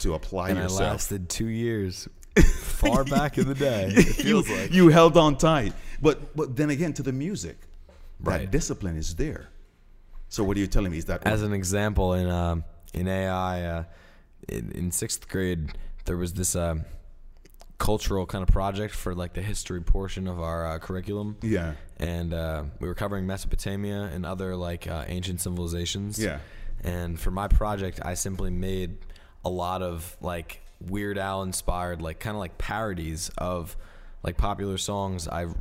S2: to apply
S3: <laughs> And I
S2: yourself.
S3: <laughs> lasted
S2: <laughs>
S3: two years, far back in the day. It feels
S2: you,
S3: like
S2: you held on tight. But but then again, to the music, that
S3: Right.
S2: discipline is there. So what are you telling me? Is that
S3: as an example in um in AI uh, in, in sixth grade there was this um cultural kind of project for like the history portion of our uh, curriculum
S2: yeah
S3: and uh, we were covering Mesopotamia and other like uh, ancient civilizations
S2: Yeah.
S3: and for my project I simply made a lot of like Weird Al inspired like kind of like parodies of like popular songs, I uh,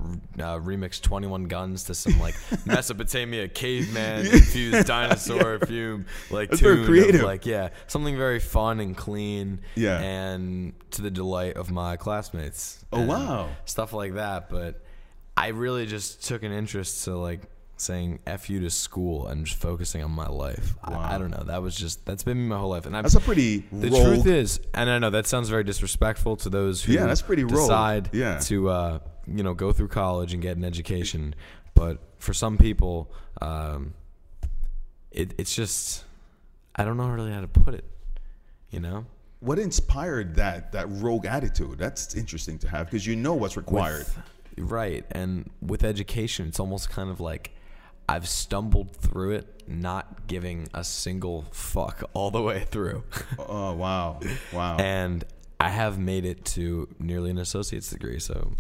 S3: remixed Twenty One Guns to
S2: <laughs>
S3: some like Mesopotamia caveman infused dinosaur fume, like
S2: That's very
S3: tune of,
S2: creative.
S3: like yeah, something very fun and clean,
S2: Yeah.
S3: and to the delight of my classmates.
S2: Oh,
S3: and
S2: wow.
S3: stuff like that. But I really just took an interest to like saying "f you" to school and just focusing on my life. I, I don't know. That was just that's been me my whole life, and I,
S2: that's a pretty
S3: the
S2: rogue-
S3: truth is, and I know that sounds very disrespectful to those who
S2: Yeah, that's pretty rogue.
S3: decide
S2: Yeah.
S3: to uh, you know go through college and get an education, but for some people, um, it, it's just I don't know really how to put it. You know,
S2: what inspired that that rogue attitude? That's interesting to have because you know what's required.
S3: With- right. And with education, it's almost kind of like I've stumbled through it, not giving a single fuck all the way
S2: <laughs>
S3: through.
S2: oh wow, wow.
S3: and I have made it to nearly an associate's degree. So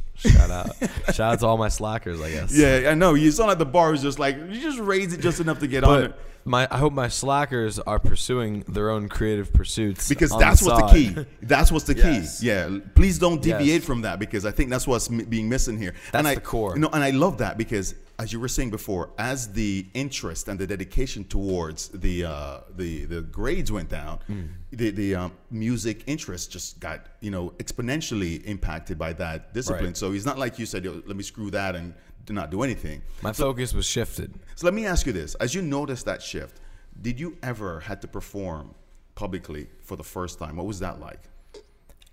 S2: <laughs>
S3: shout out. shout out to all my slackers, I guess.
S2: yeah, I know. You sound like the bar was just like you just raise it just enough to get on it
S3: But my, I hope my slackers are pursuing their own creative pursuits
S2: because
S3: on
S2: that's
S3: the
S2: what's
S3: side.
S2: the key. <laughs> That's what's the
S3: Yes.
S2: key. Yeah, please don't deviate
S3: Yes.
S2: from that because I think that's what's m- being missing here. and
S3: That's
S2: I,
S3: the core.
S2: No, and I love that because as you were saying before, as the interest and the dedication towards the uh, the the grades went down,
S3: Hmm.
S2: the the um, music interest just got you know exponentially impacted by that discipline.
S3: Right.
S2: So it's not like you said, Yo, let me screw that and do not do anything.
S3: My focus was shifted.
S2: So let me ask you this: As you noticed that shift, did you ever had to perform publicly for the first time? What was that like?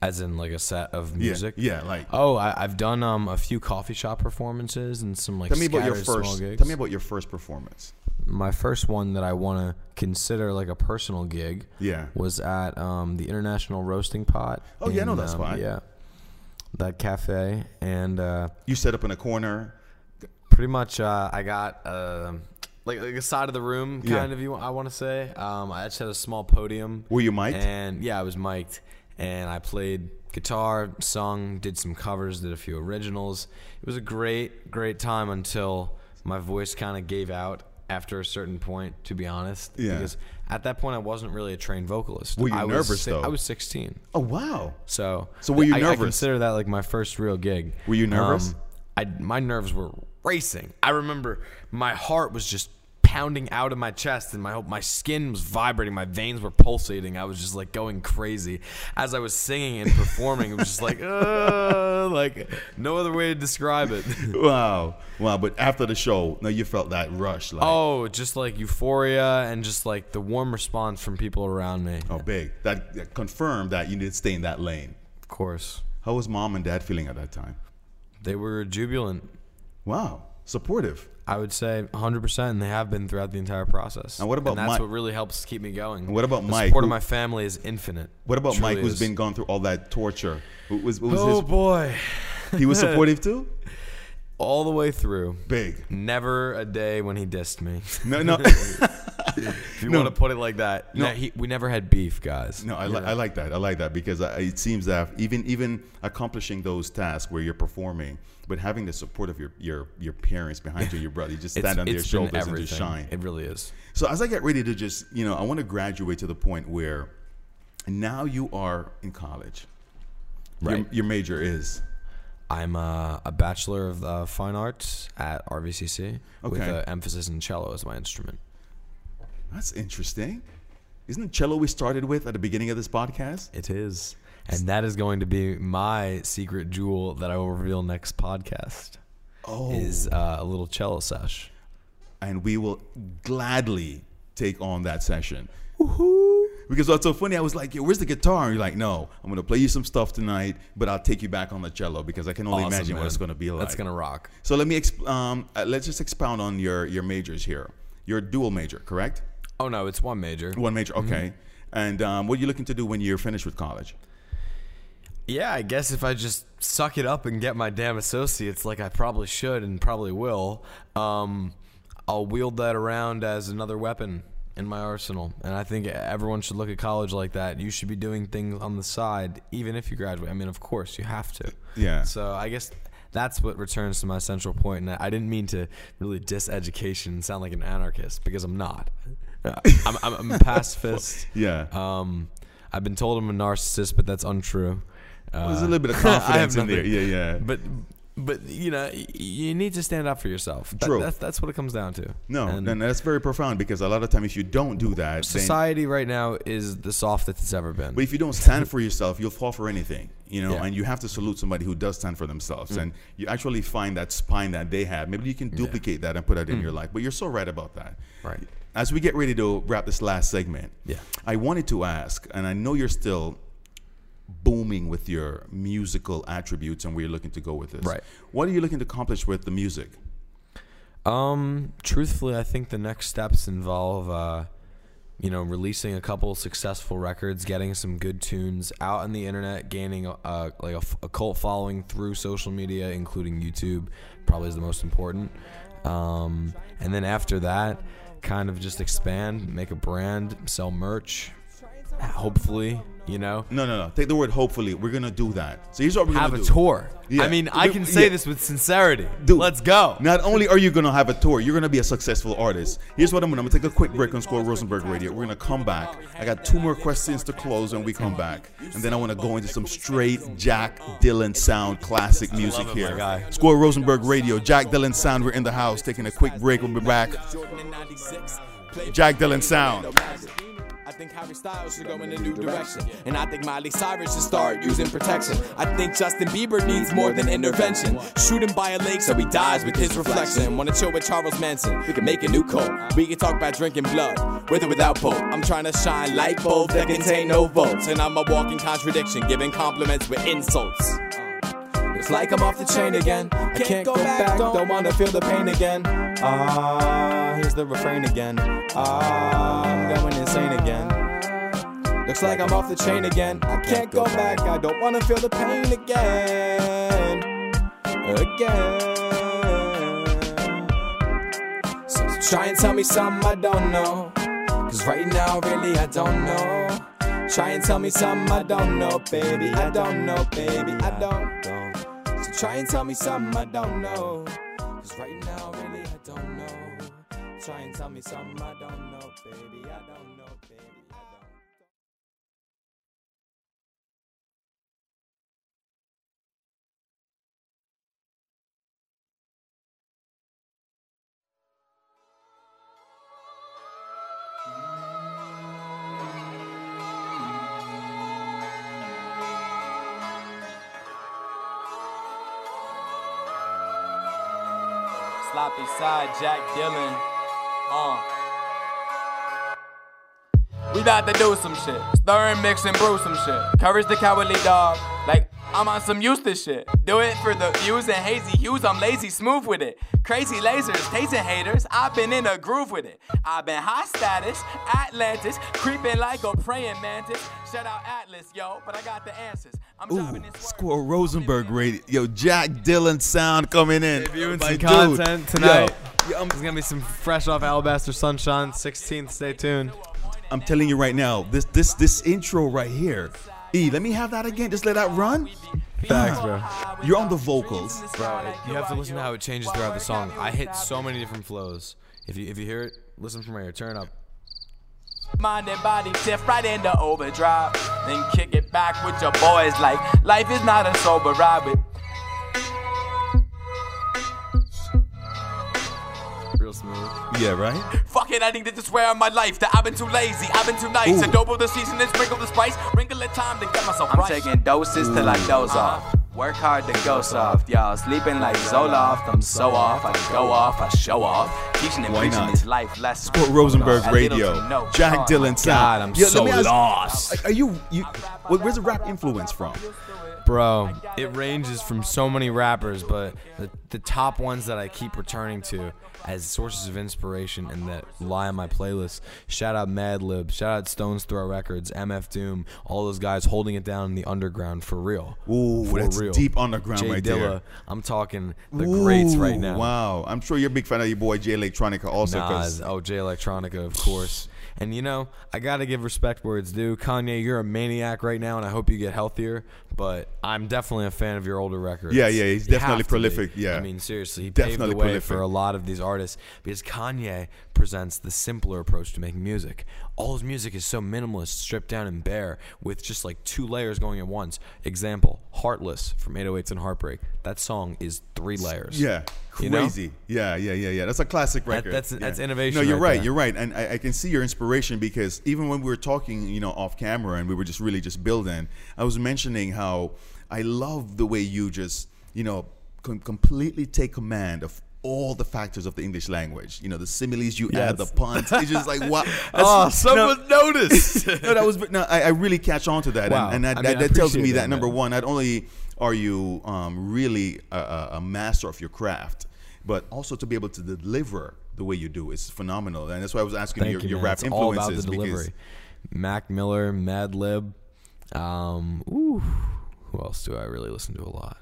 S3: As in, like a set of music.
S2: Yeah, yeah like.
S3: Oh, I, I've done um a few coffee shop performances and some like
S2: Tell me about your
S3: scattered small
S2: first.
S3: gigs.
S2: Tell me about your first performance.
S3: my first one that I want to consider like a personal gig.
S2: Yeah.
S3: was at um the International Roasting Pot.
S2: Oh, yeah, I know that
S3: um,
S2: spot.
S3: Yeah, that cafe and uh,
S2: You set up in a corner.
S3: pretty much uh, I got uh, like like a side of the room
S2: Yeah.
S3: kind of you I want to say. Um, I just had a small podium.
S2: Were you mic'd?
S3: And yeah, I was mic'd, and I played guitar, sung, did some covers, did a few originals. It was a great great time until my voice kind of gave out after a certain point. To be honest,
S2: Yeah.
S3: Because at that point, I wasn't really a trained vocalist.
S2: Were you
S3: I was,
S2: nervous,
S3: si-
S2: though?
S3: I was 16.
S2: Oh wow.
S3: So,
S2: So were you
S3: I- I
S2: nervous?
S3: consider that like my first real gig.
S2: Were you nervous?
S3: Um, I my nerves were racing. I remember my heart was just pounding out of my chest, and my my skin was vibrating. My veins were pulsating. I was just like going crazy as I was singing and performing. it was just like, <laughs> uh, like no other way to describe it. <laughs>
S2: Wow. Wow. But after the show, no, you felt that rush. Like,
S3: Oh, just like euphoria and just like the warm response from people around me.
S2: oh, big. That, that confirmed that you need to stay in that lane.
S3: Of course,
S2: How was mom and dad feeling at that time?
S3: they were jubilant.
S2: Wow. Supportive.
S3: I would say 100%, and they have been throughout the entire process.
S2: And what about
S3: and that's
S2: Mike-
S3: what really helps keep me going.
S2: what about
S3: the
S2: Mike,
S3: support
S2: who-
S3: of my family is infinite.
S2: What about
S3: It truly
S2: Mike, who's
S3: is.
S2: been gone through all that torture? Who was, who was
S3: Oh
S2: his-
S3: boy,
S2: he was
S3: <laughs>
S2: supportive too.
S3: all the way through. <laughs>
S2: Big.
S3: Never a day when he dissed me. <laughs>
S2: No, no,
S3: if you want to put it like that. No, he, we never had beef, guys.
S2: no. I, li- I like that. I like that because I, it seems that even even accomplishing those tasks where you're performing, but having the support of your your, your parents behind you,
S3: <laughs>
S2: your brother, you just stand on their
S3: it's been
S2: shoulders and just
S3: everything.
S2: shine.
S3: It really is.
S2: So as I get ready to just, you know, I want to graduate to the point where now you are in college. Your- Your,
S3: Right.
S2: major is.
S3: I'm uh, a bachelor of uh, fine arts at RVCC with
S2: Okay.
S3: an emphasis in cello as my instrument.
S2: That's interesting. Isn't it cello we started with at the beginning of this podcast?
S3: It is. And that is going to be my secret jewel that I will reveal next podcast.
S2: Oh.
S3: Is uh, a little cello sesh.
S2: And we will gladly take on that session. Because what's so funny, I was like, Yo, where's the guitar? And you're like, no, I'm going to play you some stuff tonight, but I'll take you back on the cello because I can only
S3: Awesome,
S2: imagine what
S3: man.
S2: it's going to be like.
S3: That's going to rock.
S2: So let me exp- um, uh, let's just expound on your your majors here. You're a dual major, correct? Mm-hmm.
S3: Oh, no, it's one major.
S2: One major, okay. And um, what are you looking to do when you're finished with college?
S3: Yeah, I guess if I just suck it up and get my damn associates like I probably should and probably will, um, I'll wield that around as another weapon in my arsenal. And I think everyone should look at college like that. You should be doing things on the side, even if you graduate. I mean, of course, you have to.
S2: Yeah.
S3: So I guess that's what returns to my central point. And I didn't mean to really diss education and sound like an anarchist because I'm not. I'm, I'm,
S2: <laughs>
S3: I'm a pacifist.
S2: Yeah.
S3: Um, I've been told I'm a narcissist, but that's untrue. Uh,
S2: There's a little bit of <laughs>
S3: I have
S2: confidence in there.
S3: nothing.
S2: Yeah, yeah.
S3: But but you know y- you need to stand up for yourself. That-
S2: True.
S3: That's that's what it comes down to.
S2: no,
S3: And
S2: and that's very profound because a lot of time if you don't do that, then-
S3: society right now is the softest it's ever been.
S2: but if you don't stand for yourself, you'll fall for anything, you know.
S3: Yeah. Mm.
S2: And you have to salute somebody who does stand for themselves, and you actually find that spine that they have. Maybe you can duplicate that and put that in your life. But you're so right about that.
S3: Mm. Right.
S2: As we get ready to wrap this last segment,
S3: Yeah.
S2: I wanted to ask, and I know you're still booming with your musical attributes and where you're looking to go with this.
S3: Right.
S2: What are you looking to accomplish with the music?
S3: Um, truthfully, I think the next steps involve, uh, you know, releasing a couple successful records, getting some good tunes out on the internet, gaining uh, like a, f- a cult following through social media, including YouTube, probably is the most important. Um, and then after that, kind of just expand, make a brand, sell merch, hopefully, you know.
S2: No, no, no. Take the word hopefully. We're gonna do that. So here's what we're
S3: Have a
S2: gonna do.
S3: tour.
S2: Yeah.
S3: I mean, I
S2: Do-
S3: can say
S2: yeah.
S3: this with sincerity.
S2: Dude,
S3: Let's go.
S2: Not only are you gonna have a tour, you're gonna be a successful artist. Here's what I'm gonna, I'm gonna take a quick break on Score Rosenberg Radio. We're gonna come back. I got two more questions to close when we come back, and then I wanna go into some straight Jack Dylan sound classic music
S3: it, my
S2: here.
S3: guy.
S2: Score Rosenberg Radio, Jack Dylan sound. We're in the house, taking a quick break. We'll be back.
S4: Jordan in 96. Play
S2: Jack Dylan sound.
S4: I think Harry Styles should go in a new direction. And I think Miley Cyrus should start using protection. I think Justin Bieber needs more than intervention. Shoot him by a lake so he dies with his reflection. Wanna chill with Charles Manson? We can make a new cult. We can talk about drinking blood, with or without Pope. I'm trying to shine light bulbs that contain no votes. And I'm a walking contradiction, giving compliments with insults. It's like I'm off the chain again. I can't go back, don't wanna feel the pain again. Ah, here's the refrain again. Ah, I'm going insane again. Looks like I'm off the chain again. I can't go back, I don't wanna feel the pain again. Again. So
S1: Try and tell me something I don't know. Cause right now, really, I don't know. Try and tell me something I don't know, baby. I don't know, baby. I don't. So try and tell me something I don't know. Cause right now, really, I don't know. Try and tell me something I don't know, baby. I don't know, baby. I don't.
S4: Sloppy side, Jack Dylan. Uh. We about to do some shit. Stir and mix and brew some shit. Courage the cowardly dog. Like, I'm on some Eustace shit. Do it for the views and hazy hues. I'm lazy, smooth with it. Crazy lasers, tasting haters. I've been in a groove with it. I've been high status, Atlantis, creeping like a praying mantis. Shout out Atlas, yo, but I got the answers. I'm dropping
S2: Ooh,
S4: this
S2: Squirrel
S4: work.
S2: Rosenberg radio. Yo, Jack Dylan sound coming in.
S6: Viewing
S2: My
S6: some
S2: dude.
S6: content tonight.
S2: Yo, yo, I'm,
S6: There's gonna be some fresh off Alabaster Sunshine, 16th. Stay tuned.
S2: I'm telling you right now, this this this intro right here. E, let me have that again. Just let that run.
S6: Facts, bro.
S2: You're on the vocals.
S3: Bro, you have to listen to how it changes throughout the song. I hit so many different flows. If you if you hear it, listen from right here. Turn it up.
S4: Mind and body shift right into overdrive. Then kick it back with your boys like life is not a sober ride with
S6: Real smooth.
S2: Yeah, right.
S4: Fuck it, I need to just swear on my life that I've been too lazy, I've been too nice.
S2: Ooh.
S4: Adobo the season and sprinkle the spice, wrinkle the time to get myself Uh-huh. I'm taking doses till I doze off. Work hard to go soft, y'all. Sleeping like Zoloft, I'm so off. I go off, I show off. Teaching and
S2: Why
S4: preaching
S2: not?
S4: this life less.
S2: Port Rosenberg Radio. Jack Dylan sound.
S3: I'm
S2: Yo, let
S3: so
S2: me ask-
S3: lost.
S2: Are you you? wh- Where's the rap influence from?
S3: Bro, it ranges from so many rappers, but the, the top ones that I keep returning to as sources of inspiration and that lie on my playlist. Shout out Madlib, shout out Stones Throw Records, MF Doom, all those guys holding it down in the underground for real.
S2: Ooh,
S3: for
S2: that's deep underground
S3: Jay
S2: right
S3: Dilla,
S2: there.
S3: I'm talking the greats right
S2: Ooh,
S3: now.
S2: Wow, I'm sure you're a big fan of your boy Jay Electronica also. 'cause-
S3: Nas, oh Jay Electronica, of course. And you know, I gotta give respect where it's due. Kanye, you're a maniac right now, and I hope you get healthier. But I'm definitely a fan of your older records.
S2: Yeah, yeah, he's
S3: You
S2: definitely
S3: have to
S2: prolific,
S3: be.
S2: yeah.
S3: I mean, seriously, he
S2: Definitely
S3: paved the way
S2: prolific.
S3: for a lot of these artists because Kanye presents the simpler approach to making music. All his music is so minimalist, stripped down, and bare, with just like two layers going at once. Example: "Heartless" from 808s and Heartbreak. That song is three layers.
S2: Yeah,
S3: You know?
S2: crazy. Yeah, yeah, yeah, yeah. That's a classic record.
S3: that's- that's
S2: Yeah.
S3: innovation
S2: No, you're
S3: right
S2: right.
S3: there.
S2: You're right, and I, I can see your inspiration because even when we were talking, you know, off camera, and we were just really just building, I was mentioning how I love the way you just, you know, com- completely take command of. All the factors of the English language, you know, the similes you add, the puns. It's just
S3: <laughs>
S2: like wow.
S3: Oh,
S2: That's-
S3: someone
S2: <laughs>
S3: noticed.
S2: no, that was no. I, I really catch on to that,
S3: Wow.
S2: and, and that,
S3: I mean,
S2: that,
S3: I
S2: that tells
S3: appreciate
S2: me
S3: that,
S2: that, number
S3: man.
S2: one, not only are you um, really a- a, a master of your craft, but also to be able to deliver the way you do is phenomenal. And that's why I was asking
S3: Thank
S2: your,
S3: you,
S2: your
S3: man.
S2: rap
S3: It's all
S2: influences
S3: about the
S2: because
S3: delivery. Mac Miller, Mad Lib. Um, ooh, who else do I really listen to a lot?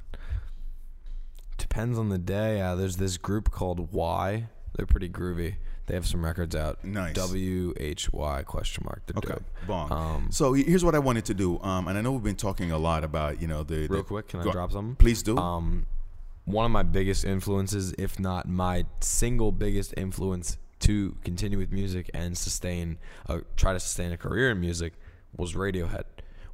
S3: Depends on the day. Uh, there's this group called Y. They're pretty groovy. They have some records out.
S2: Nice.
S3: W H Y question mark. They're
S2: Okay,
S3: dope.
S2: bong.
S3: Um,
S2: so he- here's what I wanted to do, um, and I know we've been talking a lot about you know the
S3: real
S2: the-
S3: quick, can I
S2: go-
S3: drop something?
S2: Please do.
S3: Um, one of my biggest influences, if not my single biggest influence to continue with music and sustain, uh, try to sustain a career in music, was Radiohead.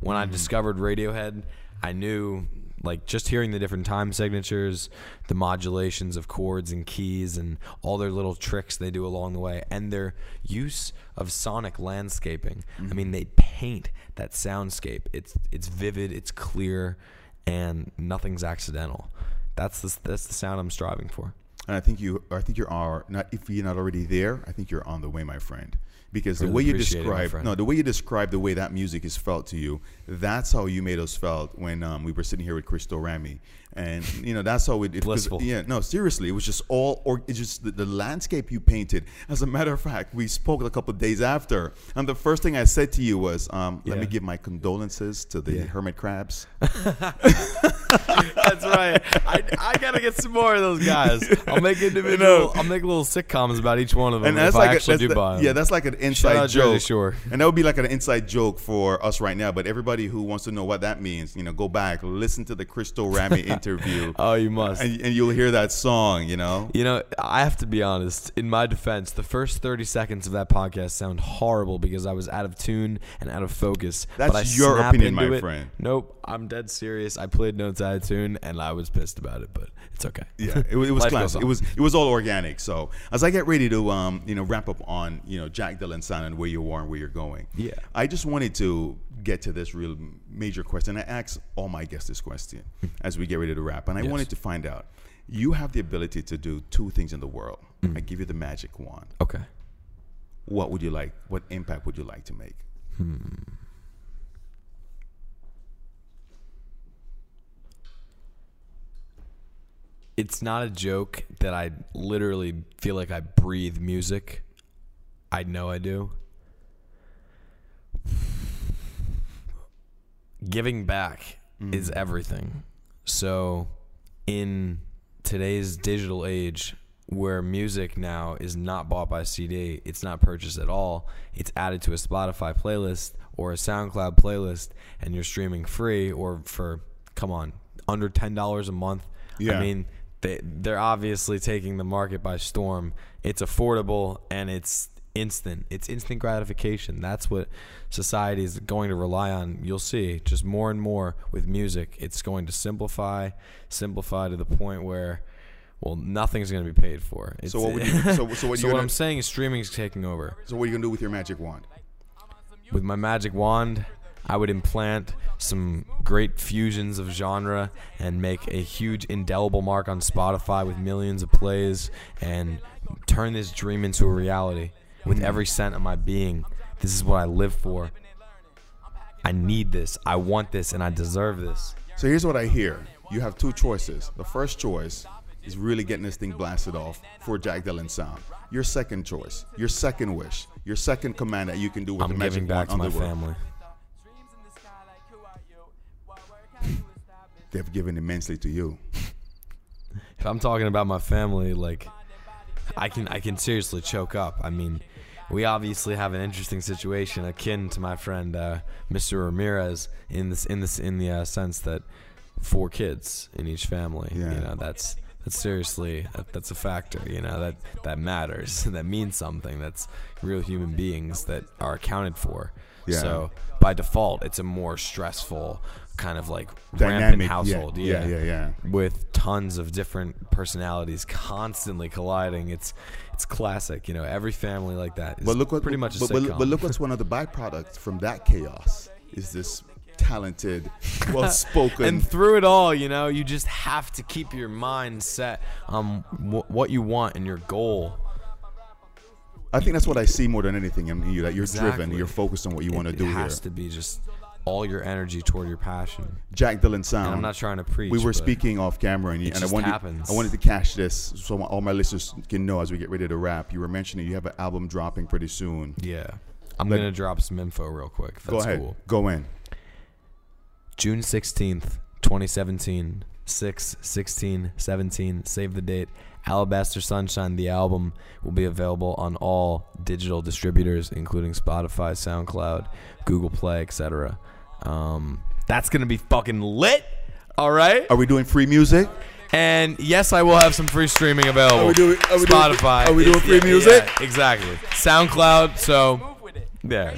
S3: When I discovered Radiohead, I knew, like, just hearing the different time signatures, the modulations of chords and keys, and all their little tricks they do along the way, and their use of sonic landscaping. I mean, they paint that soundscape. It's it's vivid. It's clear and nothing's accidental. That's the that's the sound I'm striving for.
S2: And I think you, I think you are not. If you're not already there, I think you're on the way, my friend. Because the
S3: Really
S2: way you
S3: appreciate it, my
S2: describe,
S3: friend.
S2: no, the way you describe the way that music is felt to you, that's how you made us felt when um, we were sitting here with Crystal Rami, and you know that's how it. it 'cause-
S3: Blissful.
S2: Yeah, no, seriously, it was just all, or it's just the, the landscape you painted. As a matter of fact, we spoke a couple of days after, and the first thing I said to you was, um, "Let me
S3: Yeah.
S2: give my condolences to the hermit crabs."
S3: That's right. I, I gotta get some more of those guys. I'll <laughs> make individual. I'll make little sitcoms about each one of them
S2: and that's
S3: if
S2: like
S3: I
S2: a-
S3: actually
S2: that's
S3: do
S2: the-
S3: buy 'em.
S2: yeah, that's like an inside
S3: out Jersey
S2: joke.
S3: Shore.
S2: And that would be like an inside joke for us right now. But everybody who wants to know what that means, you know, go back, listen to the Crystal
S3: <laughs>
S2: Ramy interview,
S3: oh, you must.
S2: and, and you'll hear that song. You know,
S3: You know, I have to be honest. In my defense, the first 30 seconds of that podcast sound horrible because I was out of tune and out of focus.
S2: That's
S3: but I
S2: your
S3: snap
S2: opinion,
S3: into
S2: my
S3: it.
S2: friend.
S3: Nope, I'm dead serious. I played notes out of tune and I was pissed about it, but it's okay.
S2: yeah, it, was- it was
S3: Life
S2: class.
S3: goes on.
S2: It was it was all organic. So as I get ready to um, you know wrap up on you know Jack Dylan sound and where you are and where you're going.
S3: Yeah.
S2: I just wanted to get to this real major question. I asked all my guests this question
S3: Hmm.
S2: as we get ready to wrap, and I wanted to find out. You have the ability to do two things in the world.
S3: Hmm.
S2: I give you the magic wand.
S3: Okay.
S2: What would you like? What impact would you like to make?
S3: It's not a joke that I literally feel like I breathe music. I know I do. Giving back is everything. So, in today's digital age where music now is not bought by CD, it's not purchased at all, it's added to a Spotify playlist or a SoundCloud playlist, and you're streaming free or for, come on, under $10 a month.
S2: Yeah.
S3: I mean, they, they're obviously taking the market by storm. It's affordable and it's instant. It's instant gratification. That's what society is going to rely on. You'll see just more and more with music. It's going to simplify, simplify to the point where, well, nothing's going to be paid for. It's,
S2: So what would you? So, so what
S3: <laughs> so
S2: you?
S3: what
S2: Gonna,
S3: I'm saying is streaming's taking over.
S2: so what are you gonna do with your magic wand?
S3: With my magic wand, I would implant some great fusions of genre and make a huge indelible mark on Spotify with millions of plays and turn this dream into a reality
S2: Hmm.
S3: with every cent of my being. This is what I live for. I need this. I want this and I deserve this.
S2: So here's what I hear. You have two choices. The first choice is really getting this thing blasted off for Jack Dylan sound. Your second choice, your second wish, your second command that you can do with the
S3: I'm
S2: magic
S3: giving back to
S2: wand
S3: my
S2: on the world.
S3: family.
S2: They've given immensely to you.
S3: if I'm talking about my family, like I can I can seriously choke up. I mean, we obviously have an interesting situation akin to my friend uh, Mr. Ramirez in this in this in the uh, sense that four kids in each family.
S2: Yeah.
S3: You know, that's that's seriously that, that's a factor. You know that that matters. <laughs> that means something. That's real human beings that are accounted for.
S2: Yeah.
S3: So by default, it's a more stressful kind of like rampant
S2: Dynamic, yeah,
S3: household.
S2: yeah, yeah, yeah.
S3: With tons of different personalities constantly colliding. It's it's classic, you know. Every family like that. Is
S2: But look what
S3: pretty much a
S2: but, but,
S3: sitcom.
S2: but look what's one of the byproducts from that chaos is this
S3: <laughs>
S2: talented, well spoken
S3: and through it all, you know, you just have to keep your mind set on wh- what you want and your goal.
S2: I think that's what I see more than anything in you that you're driven,
S3: Exactly.
S2: you're focused on what you want to
S3: it
S2: do here.
S3: has to be just all your energy toward your passion.
S2: Jack Dylan sound.
S3: And I'm not trying to preach.
S2: Um, we were
S3: but
S2: speaking off camera, and, you, and I
S3: just
S2: wanted
S3: happens.
S2: I wanted to catch this so my, all my listeners can know as we get ready to wrap. You were mentioning you have an album dropping pretty soon.
S3: Yeah, I'm
S2: Like-
S3: gonna drop some info real quick. if
S2: Go
S3: that's
S2: ahead,
S3: cool.
S2: go in.
S3: June 16th, 2017. 6, 16, 17, save the date. Alabaster Sunshine, the album, will be available on all digital distributors, including Spotify, SoundCloud, Google Play, etc. Um, that's going to be fucking lit. All right.
S2: Are we doing free music?
S3: And yes, I will have some free streaming available.
S2: Are we doing- are we doing-
S3: Spotify.
S2: are we doing
S3: is-
S2: free
S3: yeah,
S2: music?
S3: yeah, exactly. SoundCloud. So there.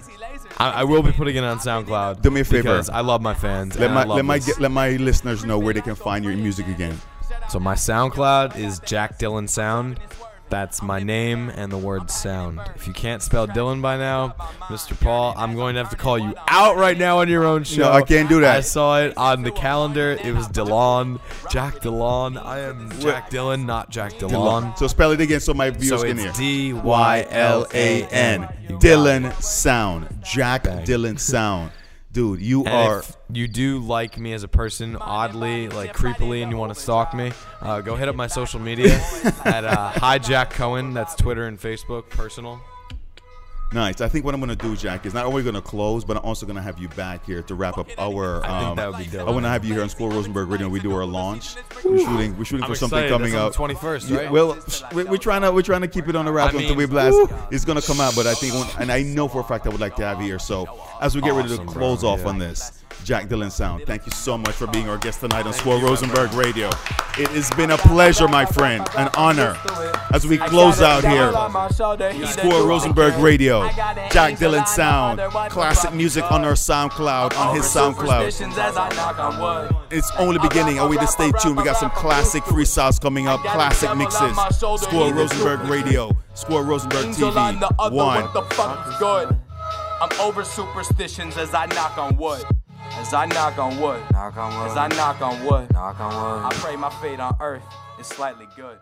S3: I, I will be putting it on SoundCloud.
S2: Do me a favor.
S3: because I love my fans.
S2: Let
S3: and
S2: my
S3: I love
S2: let my
S3: this.
S2: get, let my listeners know where they can find your music again.
S3: So my SoundCloud is Jack Dylan Sound. That's my name and the word sound. If you can't spell Dylan by now, Mr. Paul, I'm going to have to call you out right now on your own show.
S2: I can't do that.
S3: I saw it on the calendar. It was Delon, Jack Delon. I am Jack Dylan, not Jack Delon.
S2: So spell it again so my viewers
S3: So
S2: can hear.
S3: it's D Y L A N.
S2: Dylan Sound. Jack Dylan
S3: <laughs>
S2: Sound. Dude, you
S3: And
S2: are
S3: if you do like me as a person, oddly, like creepily, and you want to stalk me, uh, go hit up
S6: <laughs>
S3: my social media at uh, Hi Jack Cohen. That's Twitter and Facebook, personal.
S2: Nice. I think what I'm gonna do, Jack, is not only gonna close, but I'm also gonna have you back here to wrap up our. Um,
S3: I think that would be dope.
S2: I want to have you here on School Rosenberg Radio. We do our launch. We're shooting. We're shooting for
S6: I'm
S2: something
S6: excited.
S2: coming
S6: That's on
S2: up.
S6: the 21st,
S2: You-
S6: right?
S2: Well, psh, we- we're trying to we're trying to keep it on the wrap
S3: I
S2: until we
S3: mean,
S2: blast. It's gonna come out, but I think, when- and I know for a fact I would like to have you here. So as we get ready
S3: Awesome,
S2: to
S3: bro.
S2: close off
S3: Yeah.
S2: on this, Jack Dylan Sound. Thank you so much for being our guest tonight on School Rosenberg Radio. It has been a pleasure, my friend, an honor. As we close out here. Score Rosenberg Radio, Jack Dylan Sound, classic music on our SoundCloud, on his SoundCloud. It's only beginning. I want you to stay tuned. We got some classic freestyles coming up, classic mixes. Score Rosenberg Radio, Score Rosenberg
S4: on the
S2: TV.
S4: other,
S2: One.
S4: what the fuck is good? I'm over superstitions as I knock on wood. As I knock on wood.
S1: Knock on wood.
S4: As I knock on wood.
S1: Knock on wood.
S4: I pray my fate on earth is slightly good.